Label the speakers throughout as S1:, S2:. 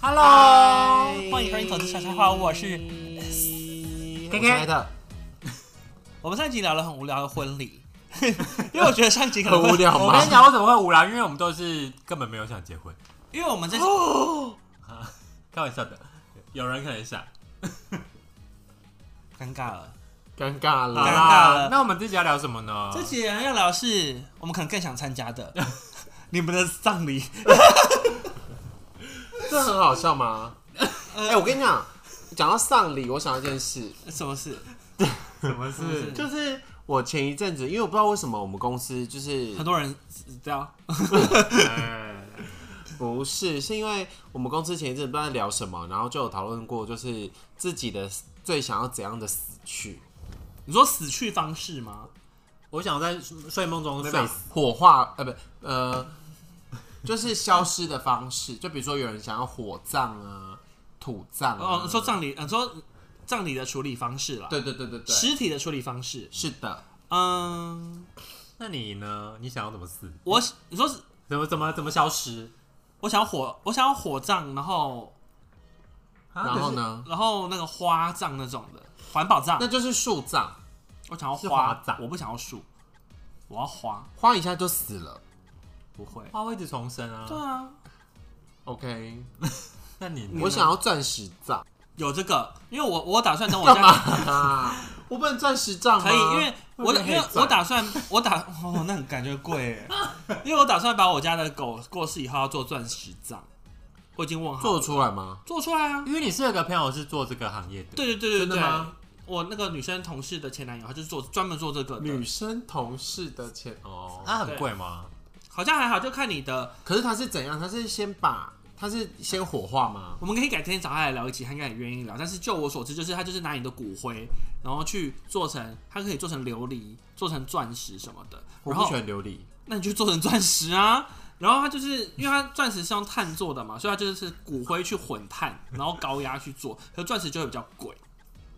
S1: Hello，欢迎收听投资小笑话，我是
S2: 我
S1: K
S2: 亲爱
S1: K。
S2: 的，
S1: 我们上一集聊了很无聊的婚礼， 因为我觉得上一集可能
S2: 很
S1: 会
S2: 无聊
S3: 我
S2: 吗
S3: 跟你？讲，为什么会无聊？因为我们都是根本没有想结婚，
S1: 因为我们这
S2: 哦
S3: 开玩笑的。有人可能想，
S1: 尴尬了。
S2: 尴尬
S3: 好
S1: 尴
S2: 了，
S1: 尬了
S3: 啦，那我们这集要聊什么呢？
S1: 这集要聊的是我们可能更想参加 的你们的葬礼，
S2: 这很好笑吗？
S1: 呃
S2: 哎，我跟你讲，讲到丧礼，我想到一件事，
S1: 什么事？
S3: 什么
S1: 是
S3: 事？
S2: 就是我前一阵子，因为我不知道为什么我们公司就是
S1: 很多人死掉，
S3: 哎
S2: 不是，是因为我们公司前一阵不知道在聊什么，然后就有讨论过，就是自己的最想要怎样的死去，
S1: 你说死去方式吗？
S3: 我想在睡梦中
S2: 没
S3: 睡
S2: 有
S3: 死。
S2: 火化，呃，不，呃，就是消失的方式，就比如说有人想要火葬啊、土葬啊，
S1: 哦，你说葬礼，呃你说葬礼的处理方式啦，
S2: 对对对对对，
S1: 尸体的处理方式，
S2: 是的，
S1: 嗯，
S3: 那你呢？你想要怎么死？
S1: 我你说是
S3: 怎么怎么怎么消失？
S1: 我想要火，我想要火葬，然后
S2: 然后？呢，
S1: 然后那个花葬那种的环保葬
S2: 那，就是树葬，
S1: 我想要
S3: 是
S1: 花
S3: 花葬
S1: 我不想要树，我要花，
S2: 花一下就死了。
S1: 不会。
S3: 花会一直重生
S1: 对
S3: 啊。
S1: 啊，
S2: OK，
S3: 那你呢
S2: 我想要钻石 葬，
S1: 有这个，因为我我打 算等我
S2: 干嘛
S1: 家
S2: 啊？我不能钻石葬吗
S1: 可以，因 为我
S2: 会不会
S1: 因为
S2: 可以转
S1: 我打算我打哦，那很感觉贵耶，因为我打算把我家的狗过世以后要做钻石葬，我已经问好
S2: 做
S1: 了
S2: 得出来吗？
S1: 做出来啊，
S3: 因为你是有个朋友是做这个行业的，
S1: 对对对对
S2: 真的
S1: 对
S2: 吗，
S1: 我那个女生同事的前男友，他就是做专门做这个的
S2: 女，生同事的钱
S1: 啊
S2: 哦，
S3: 那很贵吗？
S1: 好像还好，就看你的，
S2: 可是他是怎样？他是先把他是先火化吗？
S1: 我们可以改天找他来聊一起，他应该也愿意聊。但是就我所知，就是他就是拿你的骨灰，然后去做成，它可以做成琉璃，做成钻石什么的，
S2: 我
S1: 然
S2: 不
S1: 后
S2: 喜欢琉璃，
S1: 那你就做成钻石啊。然后它就是因为它钻石是用碳做的嘛，所以它就是骨灰去混碳，然后高压去做，可是钻石就会比较贵。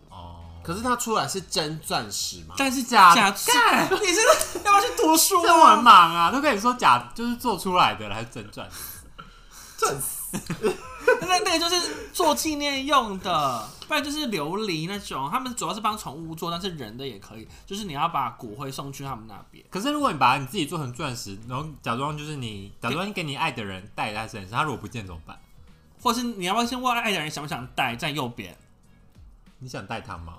S3: 哦，
S2: 可是他出来是真钻石吗？
S1: 但是
S3: 假
S1: 假干， 你是要不要去读书
S3: 这我很
S1: 啊？
S3: 忙啊，都跟你说假，就是做出来的了，还是真赚？
S1: 那那个就是做纪念用的，不然就是琉璃那种。他们主要是帮宠物做，但是人的也可以，就是你要把骨灰送去他们那边。
S3: 可是如果你把你自己做成钻石，然后假装就是你，假装给你爱的人戴在他身上，他如果不见怎么办？
S1: 或是你要不要先问爱的人想不想戴在右边？
S3: 你想戴他吗？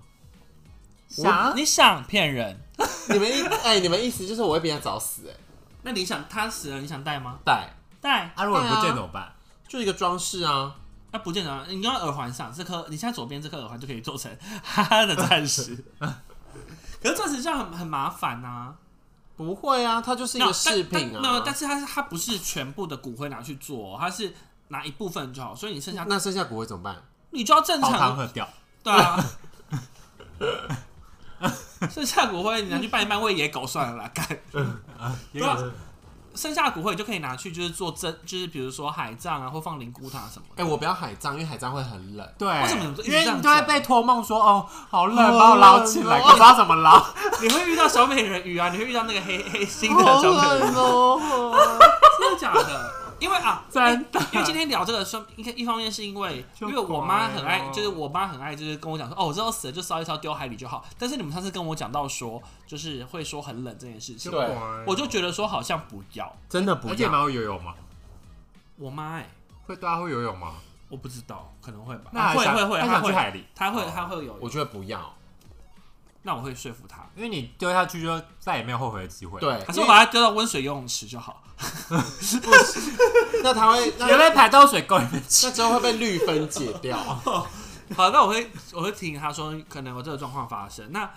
S2: 想
S1: 你想骗人？
S2: 你们意哎、你们意思就是我会比他早死哎、
S1: 那你想他死了，你想戴吗？
S2: 戴
S1: 戴，
S3: 啊，如果你不
S2: 对
S3: 见
S2: 啊
S3: 怎么办？
S2: 就一个装饰啊，
S1: 那不见得啊。你用耳环上这颗，你现在左边这颗耳环就可以做成 哈哈的钻石。 可是钻石这样很很麻烦呐、
S2: 不会啊，它就是一个饰品啊。
S1: 那但是它是它不是全部的骨灰拿去做、哦，它是拿一部分就好，所以你剩下
S2: 那剩下骨灰怎么办？
S1: 你就要正
S3: 煲汤
S1: 常
S3: 喝掉，
S1: 对啊。 剩下骨灰你拿去拌一拌喂野狗算了啦，干。
S3: 也
S1: 对啊
S3: 有
S1: 剩下的骨灰你就可以拿去，就是做真，就是比如说海葬啊，或放灵骨塔什么的。
S2: 哎、我不要海葬，因为海葬会很冷。
S3: 对，
S1: 为什么你们一直
S3: 因
S1: 这样
S3: 为你都会
S1: 讲
S3: 被托梦说哦，好冷，
S2: 好
S3: 把我捞起来，
S2: 冷哦
S3: 我不知道怎么捞。
S1: 你会遇到小美人鱼啊，你会遇到那个黑黑心的
S2: 好
S1: 小美人
S2: 冷
S1: 鱼，
S2: 哦！
S1: 真的假的？因为啊，
S3: 真的
S1: 因为今天聊这个说，一一方面是因为，
S3: 就
S1: 因为我妈很爱
S3: 乖，哦
S1: 就是我妈很爱，就是跟我讲说，哦，我知道死了就烧一烧丢海里就好。但是你们上次跟我讲到说，就是会说很冷这件事情，
S2: 对
S3: 啊
S1: 我就觉得说好像不要。
S2: 真的不
S3: 而且
S2: 要，
S3: 蛮会游泳嘛，
S1: 我妈哎、
S3: 会对啊，会游泳吗？
S1: 我不知道，可能会吧。
S3: 那
S1: 啊会
S3: 想
S1: 会会，
S3: 那
S1: 她
S3: 想去
S1: 会，
S3: 海里，
S1: 她会
S3: 哦
S1: 她会有，
S2: 我觉得不要。
S1: 那我会说服她。
S3: 因为你丢下去就再也没有后悔的机会。，
S2: 对，
S1: 可是我把它丢到温水游泳池就好。
S2: 那 他会，那
S3: 你会被排到水沟里面去。
S2: 那之后会被绿分解 掉。
S1: 好，那我会我会听他说，可能有这个状况发生。那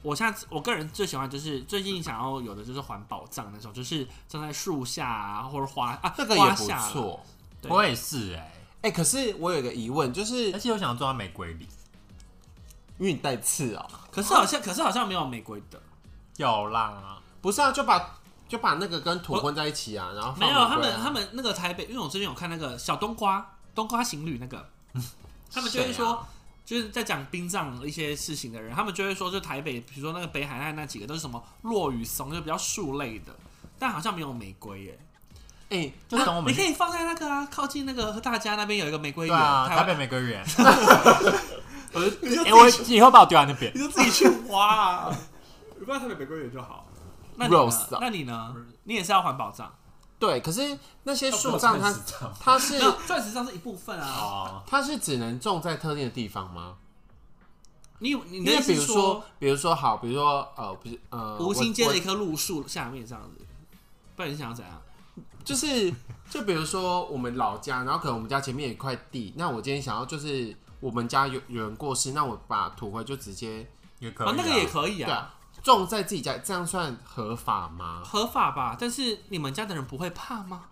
S1: 我现在我个人最喜欢就是最近想要有的就是环保葬那种，就是站在树下啊，或者花啊，
S2: 这个也
S1: 花
S2: 不
S1: 下啦。
S2: 错。
S1: 对
S3: 我也是哎，
S2: 哎、可是我有一个疑问，就是
S3: 而且我想装到玫瑰里。
S2: 因为你带刺哦、
S1: 可是好像可是好像没有玫瑰的，
S3: 有啦，
S2: 不是啊，就把就把那个跟土混在一起啊，然后放
S1: 没有他
S2: 玫瑰啊
S1: 们他们那个台北，因为我最近有看那个小冬瓜冬瓜情侣 那个，他们就会说。
S3: 啊
S2: 谁
S1: 就是在讲殡葬一些事情的人，他们就会说，就台北，比如说那个北海岸那几个都是什么落雨松，就比较树类的，但好像没有玫瑰耶。
S2: 哎、
S3: 就是等我们
S1: 你可
S3: 去。
S1: 以放在那个啊，靠近那个大家那边有一个玫瑰
S3: 对
S1: 园，
S3: 啊，台
S1: 台湾
S3: 北，玫瑰 园。
S1: 我就你就
S3: 哎，我以后把我丢在那边。
S1: 你就自己去挖 啊，你放在台北玫瑰园就好。那你
S2: Rose
S1: 呢
S2: 啊？
S1: 那你呢？你也是要环保葬？
S2: 对，可是那些树葬它它是
S1: 没有，钻石葬是一部分啊。
S3: 哦，
S2: 它是只能种在特定的地方吗？
S1: 你你
S2: 因
S1: 的
S2: 为
S1: 意
S2: 比
S1: 思
S2: 如
S1: 是
S2: 说，比如说好，比如说呃，不是呃，
S1: 无心
S2: 我
S1: 接
S2: 我
S1: 了一棵路树下面这样子，不然你想要怎样？
S2: 就是就比如说我们老家，然后可能我们家前面有一块地，那我今天想要就是我们家有有人过世，那我把土灰就直接
S3: 也可以
S1: 哦
S3: 啊，，
S1: 那个也可以
S2: 对、
S1: 啊，
S2: 啊、种在自己家，这样算合法吗？
S1: 合法吧？但是你们家的人不会怕吗？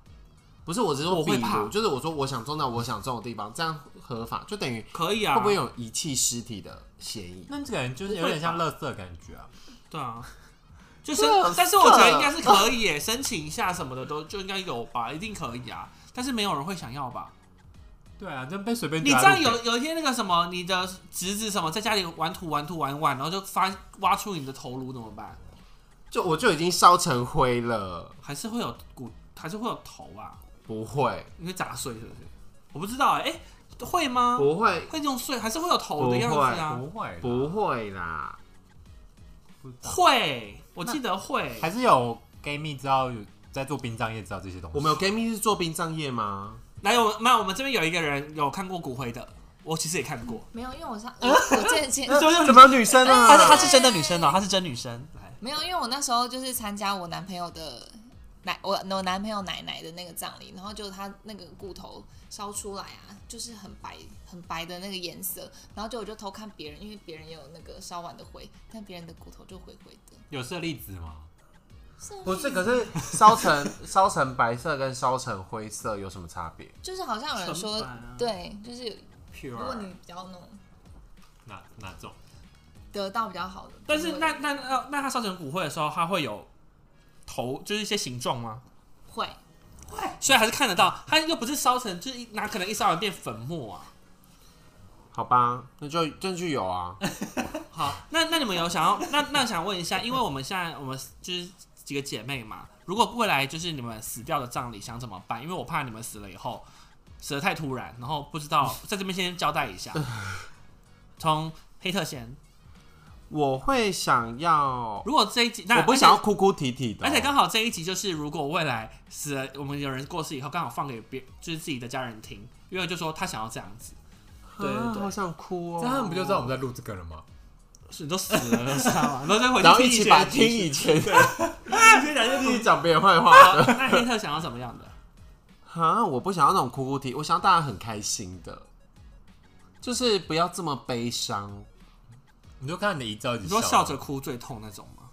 S2: 不是，我只是说
S1: 我
S2: 比
S1: 会怕
S2: 如，就是我说我想种到我想种的地方，这样合法，就等于
S1: 可以啊，
S2: 会不会有遗弃尸体的嫌疑？
S3: 那这个人就是有点像垃圾的感觉啊。
S1: 对啊，就是
S2: 啊这，
S1: 但是我觉得应该是可以耶，申请一下什么的都就应该有吧，一定可以啊。但是没有人会想要吧？
S3: 对啊，就被随便
S1: 你
S3: 丢在
S1: 这
S3: 路
S1: 样
S3: 边。
S2: 啊
S1: 有有一天那个什么，你的侄子什么在家里玩土玩土玩玩，然后就发挖出你的头颅怎么办？
S2: 就我就已经烧成灰了，
S1: 还是会有骨，还是会有头啊？
S2: 不会，
S1: 你会砸碎是不是？我不知道哎、哎、会吗？
S2: 不会，
S1: 会弄碎，还是会有头的样子啊？
S3: 不会啦，
S2: 不会啦。
S3: 不知道
S1: 会，我记得会。
S3: 还是有 gay 蜜知道有在做殡葬业知道这些东西。
S2: 我们有 gay 蜜是做殡葬业吗？
S1: 来，我们那我们这边有一个人有看过骨灰的，我其实也看过。
S4: 没有，因为我上我我之 前前
S1: 就是
S2: 怎么有女生
S1: 她是
S2: 啊？
S1: 她是真的女生哦、她是真女生。来，
S4: 没有，因为我那时候就是参加我男朋友的奶，我我男朋友奶奶的那个葬礼，然后就他那个骨头烧出来啊，就是很白很白的那个颜色，然后就我就偷看别人，因为别人也有那个烧完的灰，但别人的骨头就灰灰的。
S3: 有舍利子吗？
S2: 不是，可是烧成烧成白色跟烧成灰色有什么差别？
S4: 就是好像有人说，
S1: 纯白啊
S4: 对，就是有如果你
S1: pure。
S4: 比较弄
S3: 哪哪种？
S4: 得到比较好的，
S1: 但是
S4: 就会
S1: 那那那那她烧成骨灰的时候，她会有头，就是一些形状吗？
S4: 会
S1: 所以还是看得到，它又不是烧成，就是一哪可能一烧完变粉末啊？
S2: 好吧，那就证据有啊。
S1: 好，那那你们有想要那那想问一下，因为我们现在我们就是几个姐妹嘛，如果未来就是你们死掉的葬礼想怎么办？因为我怕你们死了以后死的太突然，然后不知道在这边先交代一 下。从黑特先，
S2: 我会想要，
S1: 如果这一集那
S2: 我不会想要，哭哭啼啼的哦、
S1: 而且而且刚好这一集就是如果未来死了，我们有人过世以后，刚好放给别就是自己的家人听，因为就说他想要这样子，对对
S2: 啊
S1: 对
S2: 好想哭哦。
S3: 这样他们不就知道我们在录这个了吗？
S1: 是你都死了，知道吗？然后再回去
S2: 然后
S1: 听
S2: 一起
S1: 些
S2: 把
S1: 集
S2: 听 以前的
S1: 一些人
S2: 自
S1: 就
S2: 己
S1: 是
S2: 讲别人坏话。
S1: 好那黑特想要怎么样的？
S2: 啊，我不想要那种哭哭啼，我想要大家很开心的，就是不要这么悲伤。
S3: 你就看你的遗照，你
S1: 你说笑着，哭最痛那种吗？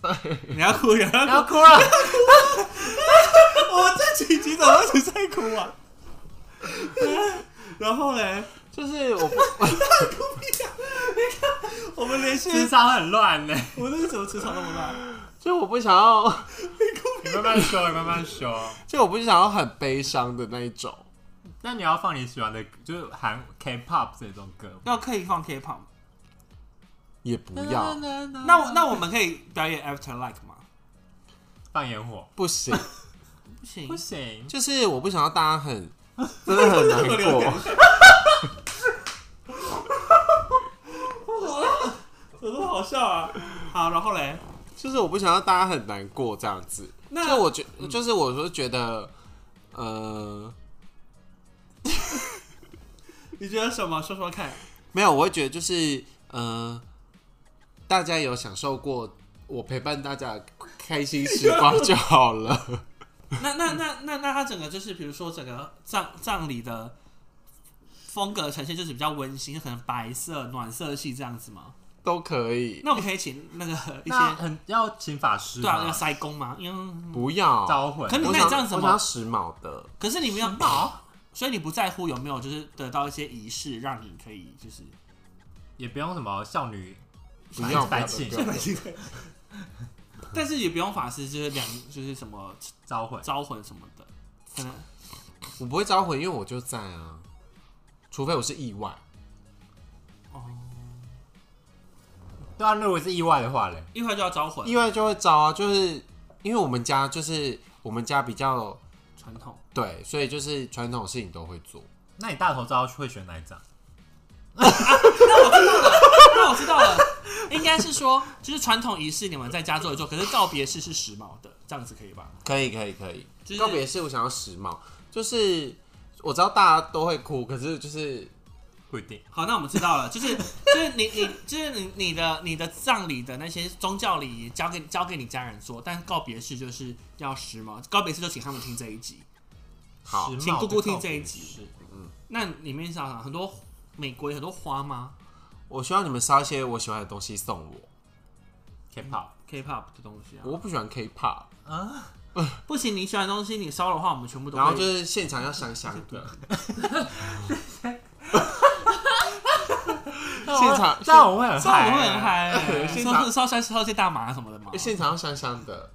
S1: 对，你要哭，你要
S2: 不
S1: 哭，
S2: 要哭了，
S1: 我这几集怎么一直在哭啊？ 然后嘞，
S2: 就是我不
S1: 我们连续，
S3: 智商很乱呢。
S1: 我们这是怎么职场那么烂？
S2: 就我不想要，
S3: 你慢慢说，你慢慢说。
S2: 就我不想要很悲伤的那一种。
S3: 那你要放你喜欢的，就是韩 K-pop 这种歌。
S1: 要可以放 K-pop，
S2: 也不要，
S1: 那我那我们可以表演 After Like 吗？
S3: 放烟火
S2: 不行，
S1: 不行
S3: 不行，
S2: 就是我不想要大家很，真的 很难
S1: 流
S2: 过。
S1: 有多好笑啊！好，然后嘞，
S2: 就是我不想要大家很难过这样子。
S1: 那
S2: 就我觉，就是我说觉得，呃，
S1: 你觉得什么？说说看。
S2: 没有，我会觉得就是，呃，大家有享受过我陪伴大家的开心时光就好了。
S1: 那那那那那他整个就是，比如说整个葬葬礼的风格呈现就是比较温馨，可能白色暖色系这样子吗？
S2: 都可以，
S1: 那我们可以请那个一
S3: 那
S1: 些
S3: 很要请法师
S1: 对啊，要
S3: 吗？
S1: 塞工吗？嗯，
S2: 不要。
S3: 招魂。
S1: 可你
S2: 我
S1: 看
S2: 想
S1: 这样子
S2: 我
S1: 吗
S2: 想要时髦的，
S1: 可是你没有，所以你不在乎有没有就是得到一些仪式，让你可以就是
S3: 也不用什么少女，
S2: 不要
S3: 白痴
S2: 不要 不要
S1: 但是也不用法师就是两就是什么
S3: 招魂。
S1: 招魂什么的，可能
S2: 我不会招魂，因为我就在啊，除非我是意外。
S3: 对啊，如果是意外的话嘞，
S1: 一会儿就要招魂
S2: 意外就会招啊，就是因为我们家就是我我们家比较
S1: 传统。
S2: 对，所以就是传统事情都会做。
S3: 那你大头照会选哪一张？
S1: 那我知道了，应该是说，就是传统仪式你们在家做一做，可是告别式是时髦的，这样子可以吧？
S2: 可以，可以，可以。
S1: 就是
S2: 告别式我想要时髦，就是我知道大家都会哭，可是就是
S3: 不一定。
S1: 好，那我们知道了，就是就是你你就是你你的你的葬礼的那些宗教礼仪交给交给你家人做，但告别式就是要时髦，告别式就请他们听这一集。
S2: 好
S3: 时髦
S1: 请姑姑听这
S3: 的
S1: 一
S3: 告别
S1: 集
S3: 式。
S1: 那里面想想很多美国有很多花吗
S2: 我希望你们烧一些我喜欢的东西送我。
S3: K-pop
S1: ？K-pop 的东西啊，
S2: 我不喜欢 K-pop，
S3: 啊，
S1: 不行，你喜欢的东西你烧的话，我们全部都
S2: 然后
S1: 会
S2: 就是现场要香香的，现场
S3: 这样我会很
S1: 烧的
S3: 嗨，欸
S1: 会很。嗨、
S2: 现
S1: 烧
S2: 场
S1: 烧烧烧些大麻什么的嘛，
S2: 现场要香香的，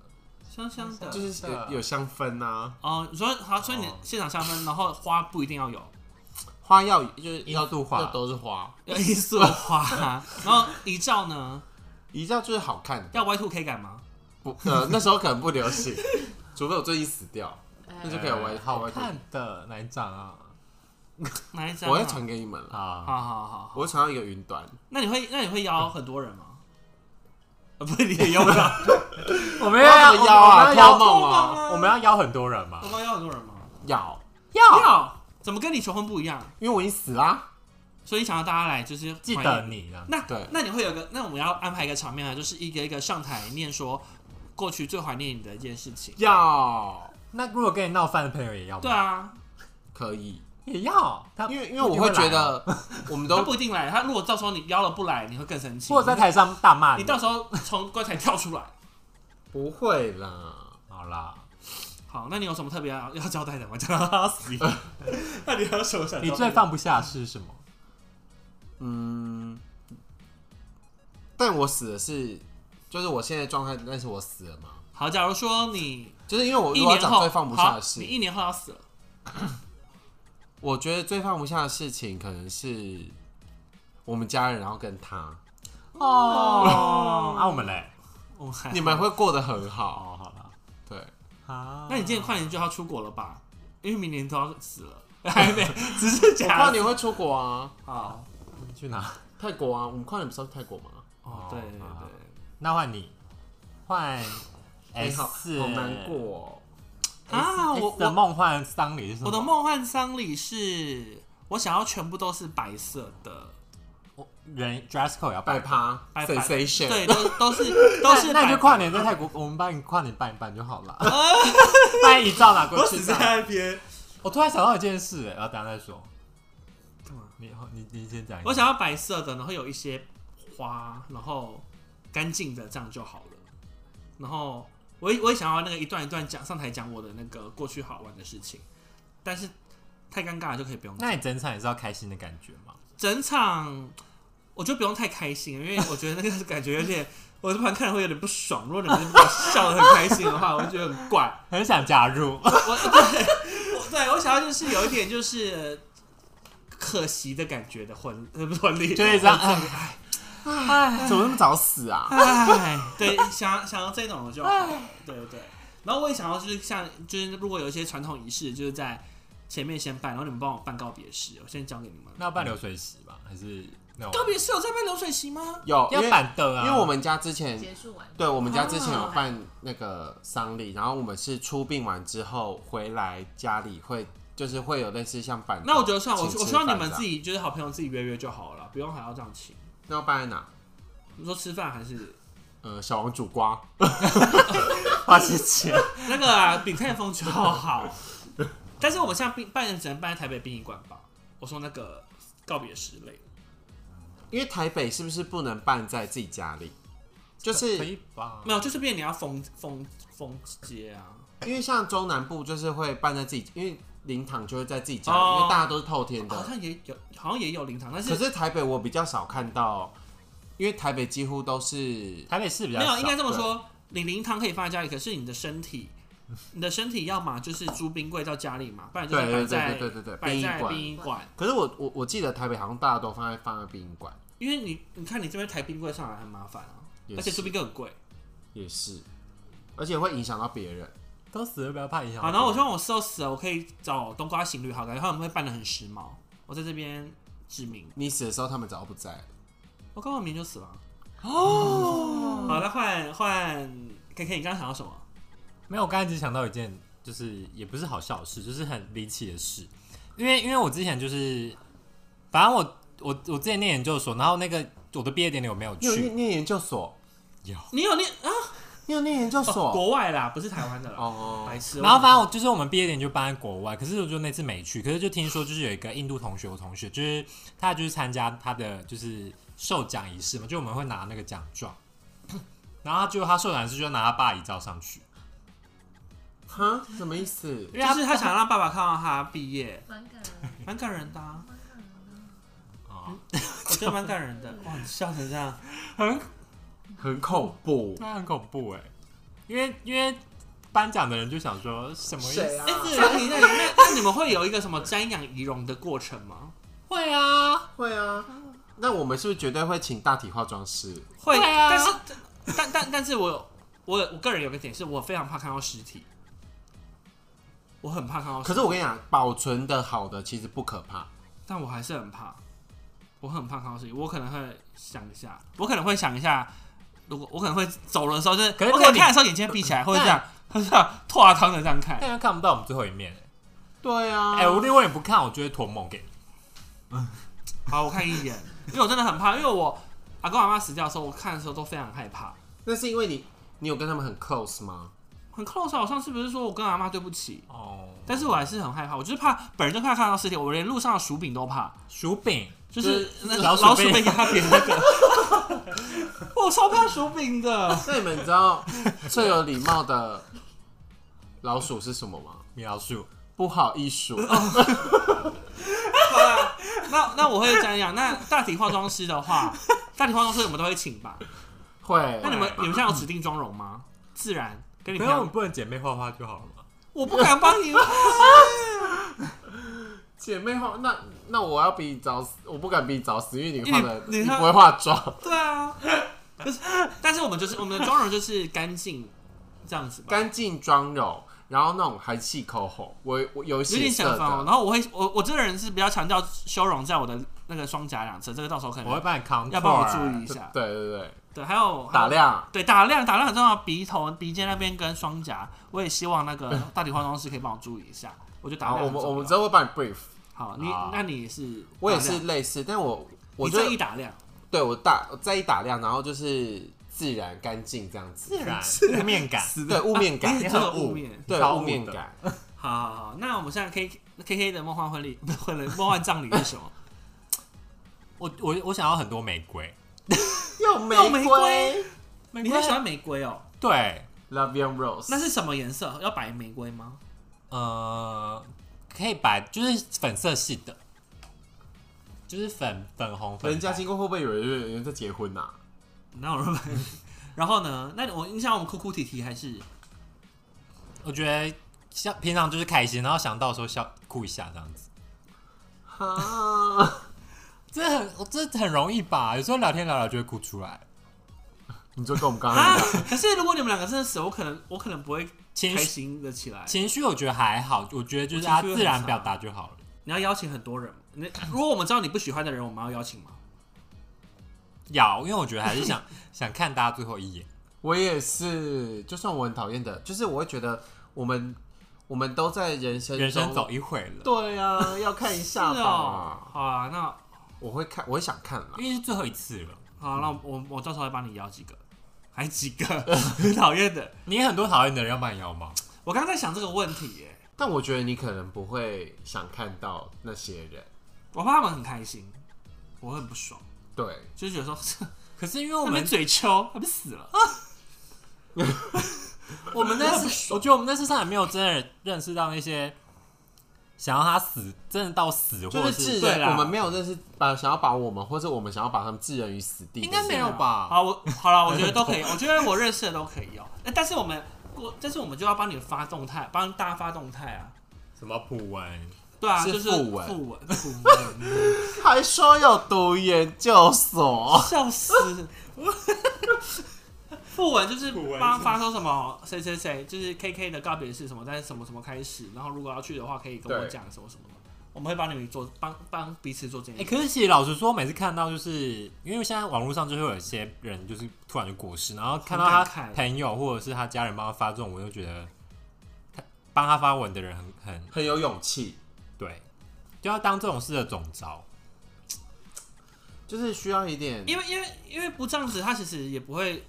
S1: 香香的
S2: 就。是
S3: 真的
S2: 有有香氛啊，
S1: 哦，你说好，所以你
S3: 哦
S1: 现场香氛，然后花不一定要有，
S2: 花要就是
S3: 罂
S2: 要
S3: 粟花
S2: 要都是花，
S1: 要一束花，然后遗照呢，
S2: 一定要就是好看的，
S1: 要 Y two K 感吗？
S2: 不呃那时候可能不流行，除非我最近死掉，那就可以玩
S3: 哎好
S2: 玩
S3: 看的哪一张啊？
S1: 哪一张啊？
S2: 我会传给你们啦，
S3: 啊，
S1: 好好好好，
S2: 我会传到一个云端，
S1: 那你会那你会邀很多人吗？啊，不，你也邀不了，
S3: 我们
S2: 不要腰啊，
S3: 邀
S2: 托梦啊，
S3: 我们要邀很多人嘛
S1: 我？们邀很多人吗？
S2: 要，
S3: 要，
S1: 要，怎么跟你求婚不一样？
S2: 因为我已经死啦，
S1: 所以想要大家来就是
S3: 记
S1: 怀
S3: 得
S1: 念。
S3: 你啊。
S1: 那
S2: 对
S1: 那你会有个，那我们要安排一个场面啊，就是一个一个上台念说过去最怀念你的一件事情。
S2: 要，
S3: 那如果跟你闹翻的朋友也要吗？
S1: 对，啊，
S2: 可以，
S3: 也要。他
S2: 因为因为我会觉
S3: 啊
S2: 得我们
S1: 他
S2: 都
S1: 不一定来，他如果到时候你邀了不来，你会更生气。
S3: 或者在台上大骂
S1: 你到时候从棺材跳出来。
S2: 不会啦。
S3: 好啦，
S1: 好，那你有什么特别要要交代的吗？讲到他死，那你还有什么想交代的？
S3: 你最放不下的是什么？
S2: 嗯，但我死的是，就是我现在状态，但是我死了嘛，
S1: 好。假如说你
S2: 就是因为我
S1: 一
S2: 哦如果要
S1: 年
S2: 讲
S1: 后
S2: 最放不下的
S1: 好
S2: 事
S1: 你，一年后要死了，
S2: 我觉得最放不下的事情可能是我们家人，然后跟他，
S1: 哦
S3: 啊，我们嘞？
S1: 我们还
S2: 你们会过得很好，
S3: 哦，好啦，
S2: 对，
S3: 啊，
S1: 那你今年跨年就要出国了吧？因为明年都要死了， 还没，只是
S2: 我
S1: 假
S2: 跨
S1: 的。
S2: 年会出国啊，
S1: 好，
S3: 你去哪？
S2: 泰国啊，我们跨年不是要去泰国吗？
S1: 哦，对对
S3: 好
S1: 对。
S3: 那换你，换
S2: 哎，
S3: S，
S2: 好好难过、哦，
S1: 啊，
S3: S
S1: 我
S3: 的
S1: 我
S3: 梦幻丧礼是什么？
S1: 我的，梦幻丧礼是，我想要全部都是白色的，
S3: 人 dress code 也要
S2: 百
S3: 办。
S2: 趴
S1: 白白
S2: sensation，
S1: 对，都都是都是
S3: 那那你
S1: 白
S3: 就跨年在泰国，我们帮你跨年办一办就好 了。拍遗照拿过
S1: 我
S3: 去
S1: 死。在那边。
S3: 我突然想到一件事，哎，然后等一下再说。
S1: 干嘛？
S3: 你你你先讲一下。
S1: 我想要白色的，然后有一些花，然后干净的，这样就好了。然后我也我也想要那个一段一段讲上台讲我的那个过去好玩的事情，但是太尴尬了就可以不用讲。
S3: 那你整场也是要开心的感觉吗？
S1: 整场我觉得不用太开心，因为我觉得那个感觉有点，我这盘看了会有点不爽。如果你们把我笑得很开心的话，我会觉得很怪。
S3: 很想加 入，
S1: 我对我对我想要就是有一点就是可惜的感觉的婚，呃不是婚礼，
S3: 就是这样。哎
S2: 哎，怎么那么早死啊？
S1: 哎，对，想要想要这种的就好，对对对。然后我也想要就是像就是如果有一些传统仪式，就是在前面先办，然后你们帮我办告别式，我先交给你们。
S3: 那要办流水席吧，还是那
S1: 告
S3: 种
S1: 别式有在办流水席吗？
S2: 有，因
S3: 要
S2: 为
S3: 办的啊？
S2: 因为我们家之前
S4: 结束完，
S2: 对，我们家之前有
S1: 啊
S2: 办那个丧
S1: 哦
S2: 礼，然后我们是出殡完之后回来家里会，就是会有类似像板凳。
S1: 那我觉得算了，我
S2: 请
S1: 我
S2: 吃
S1: 希望你
S2: 饭
S1: 们
S2: 这
S1: 自
S2: 样。
S1: 己就是好朋友自己约约就好了，不用还要这样请。
S2: 那要办在哪？
S1: 你说吃饭还是
S2: 呃，小王煮瓜，
S3: 花些钱，
S1: 那个啊，饼菜风就好。但是我们现在办人只能办在台北殡仪馆吧？我说那个告别式类的，
S2: 因为台北是不是不能办在自己家里？就是
S3: 可以吧？
S1: 没有，就是变成你要封封封街啊。
S2: 因为像中南部就是会办在自己，因为灵堂就会在自己家里，
S1: 哦
S2: 因为大家都是透天
S3: 哦
S1: 好
S2: 的。
S1: 像也有，好像也有灵堂，但
S2: 可
S1: 是
S2: 是台北我比较少看到，因为台北几乎都是
S3: 台北市比较
S1: 没有，应该
S3: 少
S1: 这么说，你灵堂可以放在家里，可是你的身 体，你的身体要么就是租冰柜到家里嘛，不然就是摆
S2: 对对
S1: 在
S2: 对对对对对
S1: 摆在
S2: 殡仪馆
S1: 殡仪馆，
S2: 可是我我我记得台北好像大家都放在放在殡仪馆，
S1: 因为你你看你这边抬冰柜上来很麻烦啊，
S2: 也
S1: 而且
S2: 是
S1: 租冰柜很贵，
S2: 也是，而且会影响到别人。
S3: 都死了，不要怕影响。
S1: 好，然后我希望我事后死了，我可以找冬瓜行旅，好，感觉他们会办的很时髦。我在这边指名，
S2: 你死的时候他们早就不在了。
S1: 我刚刚明就死了。哦，好，那换换 K K，你刚刚想到什么？
S3: 没有，我刚才只想到一件，就是也不是好笑的事，就是很离奇的事。因为因为我之前就是，反正我我我之前念研究所，然后那个我的毕业典礼我没有
S2: 你有
S3: 去，
S2: 念念研究所？
S1: 你有念啊？
S2: 你有念研究
S3: 哦
S2: 所？
S1: 国外啦，不是台湾的啦。
S2: 哦，
S1: 白痴。
S3: 然后反正我就是我们毕业典礼就办在国外，可是我就那次没去，可是就听说就是有一个印度同学，我同学就是他就是参加他的就是授奖仪式嘛，就我们会拿那个奖状， 然后他就他授奖仪式就拿他爸遗照上去，
S2: 哈，什么意思？
S3: 因为
S1: 就
S3: 他
S1: 是他想让爸爸看到他毕业，
S5: 蛮感人
S1: 蛮感人的啊、
S2: 啊
S1: 嗯
S3: 哦
S1: 我觉得蛮感人的。哇，你笑成这样，
S3: 很
S2: 很恐怖。
S3: 那很恐怖哎、因为因为颁奖的人就想说什么意思？
S2: 啊
S1: 哎、这个你那你那那你们会有一个什么瞻仰仪容的过程吗？
S3: 会啊，
S2: 会啊，那我们是不是绝对会请大体化妆师？
S1: 会，
S3: 会啊
S1: 但是但但但是我有我我个人有个点是我非常怕看到尸体，我很怕看到尸体，
S2: 可是我跟你讲，保存的好的其实不可怕，
S1: 但我还是很怕，我很怕看到尸体，我可能会想一下，我可能会想一下，如果我可能会走的时候，就是
S3: 可是如
S1: 我
S3: 果
S1: 可能
S3: 你
S1: 看的时候眼睛闭起来，或者这样， 或者这样吐啊汤的这样看，
S3: 但他看不到我们最后一面欸
S2: 对啊，
S3: 哎、我如果你不看，我就会托梦给你。
S1: 好，我看一眼，因为我真的很怕，因为我阿公阿妈死掉的时候，我看的时候都非常害怕。
S2: 那是因为你，你有跟他们很 close 吗？
S1: 很 close 啊！我上次不是说我跟阿妈对不起，
S3: 哦，
S1: 但是我还是很害怕，我就是怕本人就怕看到尸体，我连路上的薯饼都怕，
S3: 薯饼，
S1: 就是那
S3: 老鼠
S1: 老鼠
S3: 被
S1: 被压扁那个， 我超怕薯饼的。
S2: 那你们知道最有礼貌的老鼠是什么吗？
S3: 米老鼠，
S2: 不好意思，哦
S1: 好啦，啊那那我会瞻仰。那大体化妆师的话，大体化妆师我们都会请吧？
S2: 会。
S1: 那你们你们现在有指定妆容吗？自然跟你
S3: 可
S1: 朋
S3: 是我
S1: 友
S3: 们，不能姐妹画画就好了嘛？
S1: 我不敢帮你。
S2: 姐妹花，那那我要比你早死，我不敢比你早死，因为你化
S1: 因
S2: 的
S1: 为你你看
S2: 不会化妆，
S1: 对啊，可是但是我们就是我们的妆容就是干净这样子吧，
S2: 干净妆容，然后那种韩系口红，我我有
S1: 有
S2: 血
S1: 点
S2: 色
S1: 想放哦。
S2: 的，
S1: 然后我会我我这个人是比较强调修容在我的那个双颊两侧，这个到时候可
S3: 我会
S1: 能
S3: 帮你 control，
S1: 要帮我注意一下。
S2: 对对对，
S1: 对，还有
S2: 打，亮。
S1: 对打亮打亮很重要，鼻头鼻尖那边跟双颊，我也希望那 个大体化妆师可以帮我注意一下。我就打
S2: 好，
S1: 亮
S2: 我
S1: 很重
S2: 们
S1: 要。
S2: 我们之后会帮你 brief，
S1: 好，你
S3: 好
S1: 那你也是，
S2: 我也
S1: 打
S2: 是
S1: 亮，
S2: 类似，但我我
S1: 你
S2: 觉得
S1: 这一打亮，
S2: 对我打我在意打量，然后就是自然干净这样子，
S3: 自 然负面感，
S2: 对雾面感，
S1: 你
S3: 也
S1: 这个
S3: 很
S1: 雾
S3: 雾
S1: 面。
S2: 对
S3: 超
S2: 雾
S3: 雾
S2: 面
S3: 的
S2: 感。
S1: 好好好，那我们现在 K K K 的梦幻婚礼，不是婚礼梦幻葬礼是什么？
S3: 我我我想要很多玫瑰，
S2: 用玫
S1: 用玫瑰你会喜欢玫瑰哦？
S3: 对，
S2: ，Love Young Rose，
S1: 那是什么颜色？要白玫瑰吗？
S3: 呃，可以白，就是粉色系的，就是粉粉红粉白。
S2: 人家经过会不会有人有人在结婚啊
S1: 哪
S2: 呐？
S1: 有 白？然后呢？那我你想我们哭哭啼啼还是
S3: 我觉得像平常就是开心，然后想到的时候笑哭一下这样子，
S2: 哈，
S3: 这很我这很容易吧？有时候聊天聊聊就会哭出来，
S2: 你就跟我们刚
S1: 啊
S2: 刚一样，？
S1: 可是如果你们两个真的死，我可能我可能不会
S3: 情
S1: 开
S3: 绪
S1: 心的起来。
S3: 情绪我觉得还好，我觉得就是他自然表达就好了。
S1: 你要邀请很多人吗，你如果我们知道你不喜欢的人，我们要邀请吗？
S3: 要，因为我觉得还是想想看大家最后一眼。
S2: 我也是，就算我很讨厌的，就是我会觉得我们我们都在人生
S3: 人生
S2: 中
S3: 走一回了，
S2: 对啊，要看 一
S1: 是
S2: 下
S1: 哦
S2: 吧。，
S1: 好啊，那
S2: 我会看，我会想看啦。
S3: 因为是最后一次了。
S1: 好，那我我到时候会帮你邀几个，还几 个很讨厌的。
S3: 你很多讨厌的人要帮你邀吗？
S1: 我刚刚在想这个问题耶，
S2: 但我觉得你可能不会想看到那些人，
S1: 我怕他们很开心，我会很不爽，
S2: 对，
S1: 就是觉得说
S3: 可是因为我
S1: 我们
S3: 们
S1: 嘴抽，他们死了。
S3: 我们 那次，我觉得我们那次上也没有真的认识到那些想要他死，真的到死，或
S2: 就
S3: 者
S2: 是置
S3: 是
S1: 对
S2: 人，
S1: 啦
S2: 我们没有认识把想要把我们，或者我们想要把他们置人于死地的
S3: 应
S2: 人。
S3: 该没有吧？
S2: 啊
S1: 好， 我好了，我觉得都可以，我觉得我认识的都可以哦、哎但是我们过，但是我们就要帮你发动态，帮大家发动态啊。
S3: 什么普文？
S1: 对啊，
S2: 是
S1: 就是
S2: 副文
S1: 副文，副 文，
S2: 还说有读研究所，
S1: 笑死！副文就是
S3: 副文
S1: 帮发说什么谁谁谁，就是 KK 的告别式什么，但是什么什么开始，然后如果要去的话，可以跟我
S2: 对
S1: 讲什么什么的，我们会帮你们做帮帮彼此做这件
S3: 哎、
S1: 事。
S3: 可是其实老实说，我每次看到就是因为现在网络上就会有一些人就是突然就过世，然后看到他
S1: 很感慨
S3: 朋友或者是他家人帮他发这种文，我就觉得他帮他发文的人很很
S2: 很有勇气，
S3: 对，就要当这种事的总招。
S2: 就是需要一点，
S1: 因为因为因为不这样子，他其实也不会，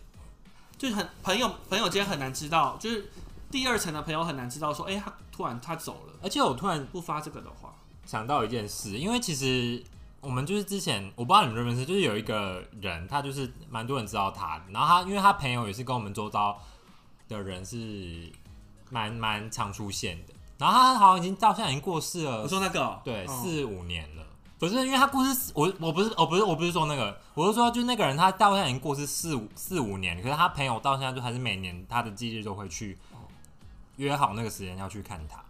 S1: 就是很朋友朋友间很难知道，就是第二层的朋友很难知道说，哎、他突然他走了，
S3: 而且我突然
S1: 不发这个的话，
S3: 想到一件事，因为其实我们就是之前我不知道你们认不认识，就是有一个人，他就是蛮多人知道他，然后他因为他朋友也是跟我们周遭的人是蛮蛮常出现的，然后他好像已经到现在已经过世了
S1: 我，说那个哦
S3: 对，
S1: 哦
S3: 四五年了。不是，因为他过世，我我不是，我不是，我不是说那个，我是说，就那个人，他到现在已经过世四五四五年，可是他朋友到现在就还是每年他的忌日都会去约好那个时间要去看他。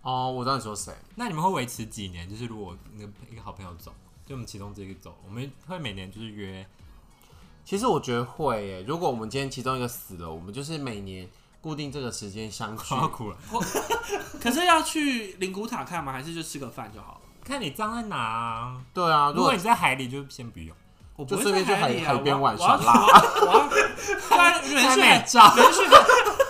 S2: 哦，我知道你说谁，
S3: 那你们会维持几年？就是如果那个一个好朋友走，就我们其中这个走，我们会每年就是约
S2: 其实我觉得会耶，如果我们今天其中一个死了，我们就是每年固定这个时间相聚
S3: 快，要哭了，
S1: 可是要去灵骨塔看吗？还是就吃个饭就好了？
S3: 看你葬在哪啊、
S2: 对啊，
S3: 如
S2: 如
S3: 果
S2: 果
S3: 你在海里，就先不用。
S1: 我不会
S2: 就顺便去
S1: 在海
S2: 海
S1: 里啊
S2: 海边玩
S1: 我要
S2: 耍
S1: 我要我 要，对啊，你们
S3: 拍
S1: 去
S3: 美
S1: 海，
S3: 照，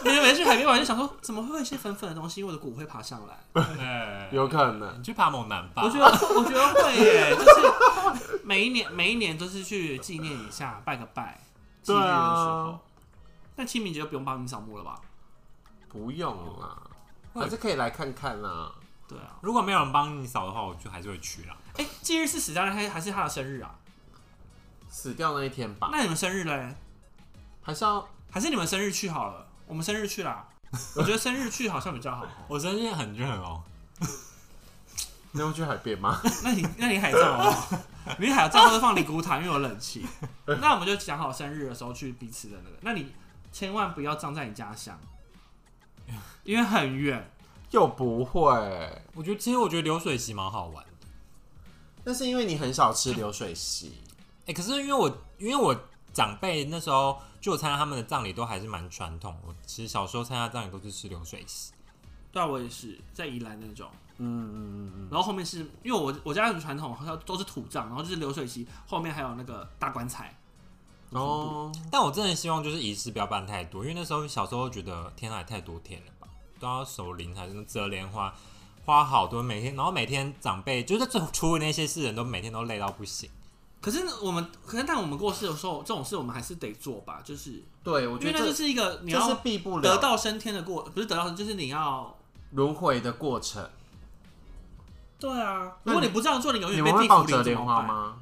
S1: 你们去海边玩就想说，怎么会有一些粉粉的东西，我的骨会爬上来？
S3: 哎
S2: 有可能
S3: 你去爬猛男吧。
S1: 我觉得我觉得会耶，就是每一年每一年都是去纪念一下，拜个拜，忌日
S2: 对
S1: 的时
S2: 啊
S1: 候。但清明节就不用帮你扫墓了吧？
S2: 不用啦，还是可以来看看啦。
S1: 对啊，
S3: 如果没有人帮你扫的话，我就还是会去啦。
S1: 哎、忌日是死掉的还还是他的生日啊？
S2: 死掉那一天吧，
S1: 那你们生日嘞？
S2: 还是要
S1: 还是你们生日去好了？我们生日去啦。我觉得生日去好像比较好。哦
S3: 我生日很热哦，
S2: 你要去海边吗？
S1: 那你那你海葬好不好？你海葬都是放灵骨塔，因为有冷气。那我们就讲好生日的时候去彼此的那个。那你千万不要葬在你家乡，因为很远。
S2: 又不会，
S3: 我觉得其实我觉得流水席蛮好玩的。
S2: 那是因为你很少吃流水席，
S3: 哎、可是因为我因为我长辈那时候就我参加他们的葬礼都还是蛮传统，我其实小时候参加葬礼都是吃流水席。
S1: 对啊，我也是在宜兰那种。
S2: 嗯嗯嗯
S1: 然后后面是因为我我家很传统，好像都是土葬，然后就是流水席，后面还有那个大棺材。
S2: 嗯，哦，
S3: 但我真的希望就是仪式不要办太多，因为那时候小时候觉得天啊，也太多天了吧，都要守灵还是折莲花，花好多，每天然后每天长辈就是除除了那些事人都每天都累到不行。
S1: 可是我们，可是但我们过世的时候，这种事我们还是得做吧，就是因
S2: 对，我觉
S1: 为
S2: 得
S1: 那就
S2: 这
S1: 是一个你
S2: 这是
S1: 要
S2: 避不
S1: 得
S2: 了
S1: 到升天的过，不是得到，就是你要
S2: 轮回的过程。
S1: 对啊。如
S2: 那你
S1: 果你不这样做，你永
S2: 你
S1: 远
S2: 们
S1: 被
S2: 会
S1: 地
S2: 抱
S1: 府
S2: 折
S1: 领
S2: 莲
S1: 莲
S2: 花？吗？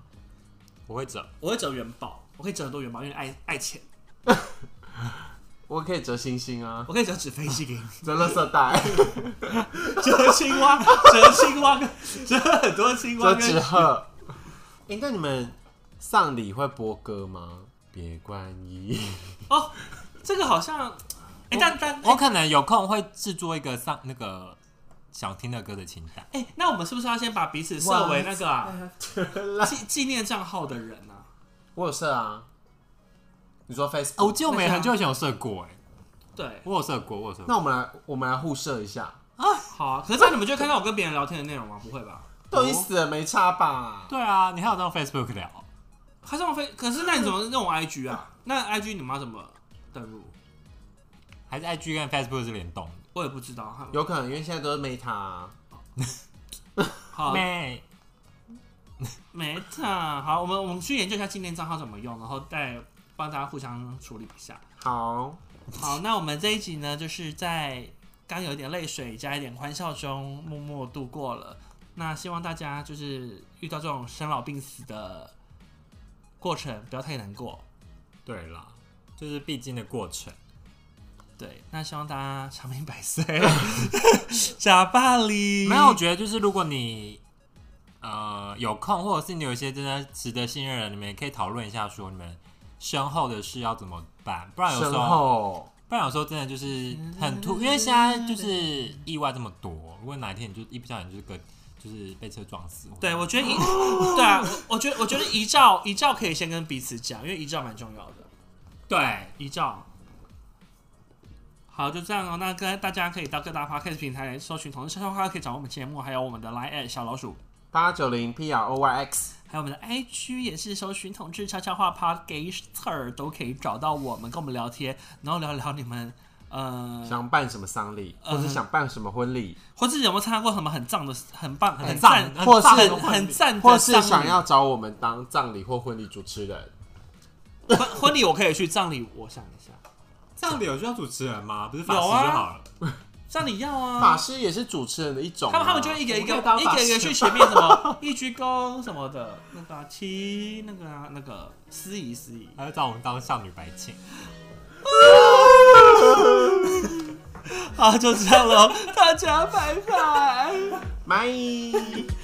S3: 我会折，
S1: 我会折元宝，我可以折很多元宝，因为爱爱钱，
S2: 我可以折星星啊，
S1: 我可以折纸飞机给你，
S2: 折垃圾袋，
S1: 折青蛙，折青蛙 跟折很多青蛙
S2: 折纸
S1: 跟。
S2: 鹤。哎，那你们丧礼会播歌吗？别关一，
S1: 这个好像，哎、但但
S3: 我可能有空会制作一个上那个想听的歌的清单。
S1: 哎、那我们是不是要先把彼此设为那个啊纪纪念账号的人啊？
S2: 我有设啊。你说
S3: 哦，我
S2: Facebook？
S3: 记得我们也很久以前有设过、哎，
S1: 对，
S3: 我有设过，我有设过。
S2: 那我们来，我们来互设一下。
S1: 好啊。可是这样你们就会看到我跟别人聊天的内容吗？不会吧？
S2: 都已经死了，没差吧？
S3: 对啊，你还有那种 Facebook 聊，哦
S1: 他这种非，可是那你怎么用 IG 啊？那 IG 你们要怎么登录？
S3: 还是 IG 跟 Facebook 是联动的？
S1: 我也不知道。
S2: 有可能，因为现在都是 Meta 啊。
S1: 好
S3: 妹，
S1: ，Meta，好，我们我们去研究一下纪念账号怎么用，然后再帮大家互相处理一下。
S2: 好，
S1: 好，那我们这一集呢，就是在刚有一点泪水加一点欢笑中默默度过了。那希望大家就是遇到这种生老病死的过程，不要太难过。
S3: 对啦，就是必经的过程。
S1: 对，那希望大家长命 百岁， 假巴黎。
S3: 没有，我觉得就是如果你呃有空，或者是你有一些真的值得信任的人，你们也可以讨论一下，说你们身后的事要怎么办。不然有
S2: 身
S3: 时候，
S2: 后
S3: 不然有时候真的就是很突，因为现在就是意外这么多，如果哪一天你就一不小心就是个就是被车撞死，或者
S1: 对我觉得遗，
S2: 哦
S1: 对啊，我我觉得我觉得遗照遗照可以先跟彼此讲，因为遗照蛮重要的。对，遗照。好，就这样哦。那跟大家可以到各大 podcast 平台来搜寻《同志悄悄话》，可以找我们节目，还有我们的 line at 小老鼠，
S2: 八九零 P R O Y X，
S1: 还有我们的 IG 也是搜寻“同志悄悄话 podcaster” 都可以找到我们，跟我们聊天，然后聊聊你们呃，
S2: 想办什么丧礼，或是想办什么婚礼，
S1: 或者有没有参加过什么很棒的、很棒、很
S3: 赞
S1: 赞、
S3: 很
S2: 或是
S3: 赞
S1: 很
S3: 的婚
S1: 很
S3: 礼
S1: 赞的
S2: 或是
S1: 丧礼
S2: 想要找我们当葬礼或婚礼主持人。
S1: 婚婚礼，我可以去葬礼，我想一下，
S3: 葬礼有需要主持人吗？不是法师
S1: 有
S3: 就
S1: 啊
S3: 好了。
S1: 葬礼要啊，
S2: 法师也是主持人的一种啊、
S1: 他们他们就会一个一个
S2: 我们可以当
S1: 一
S2: 法
S1: 个
S2: 师
S1: 一个去前面什么 一鞠躬什么的，那个啊七那个啊那个司仪司 仪。
S3: 还要找我们当少女白情。
S2: 啊
S1: 好，就这样喽，大家拜拜。
S2: 拜。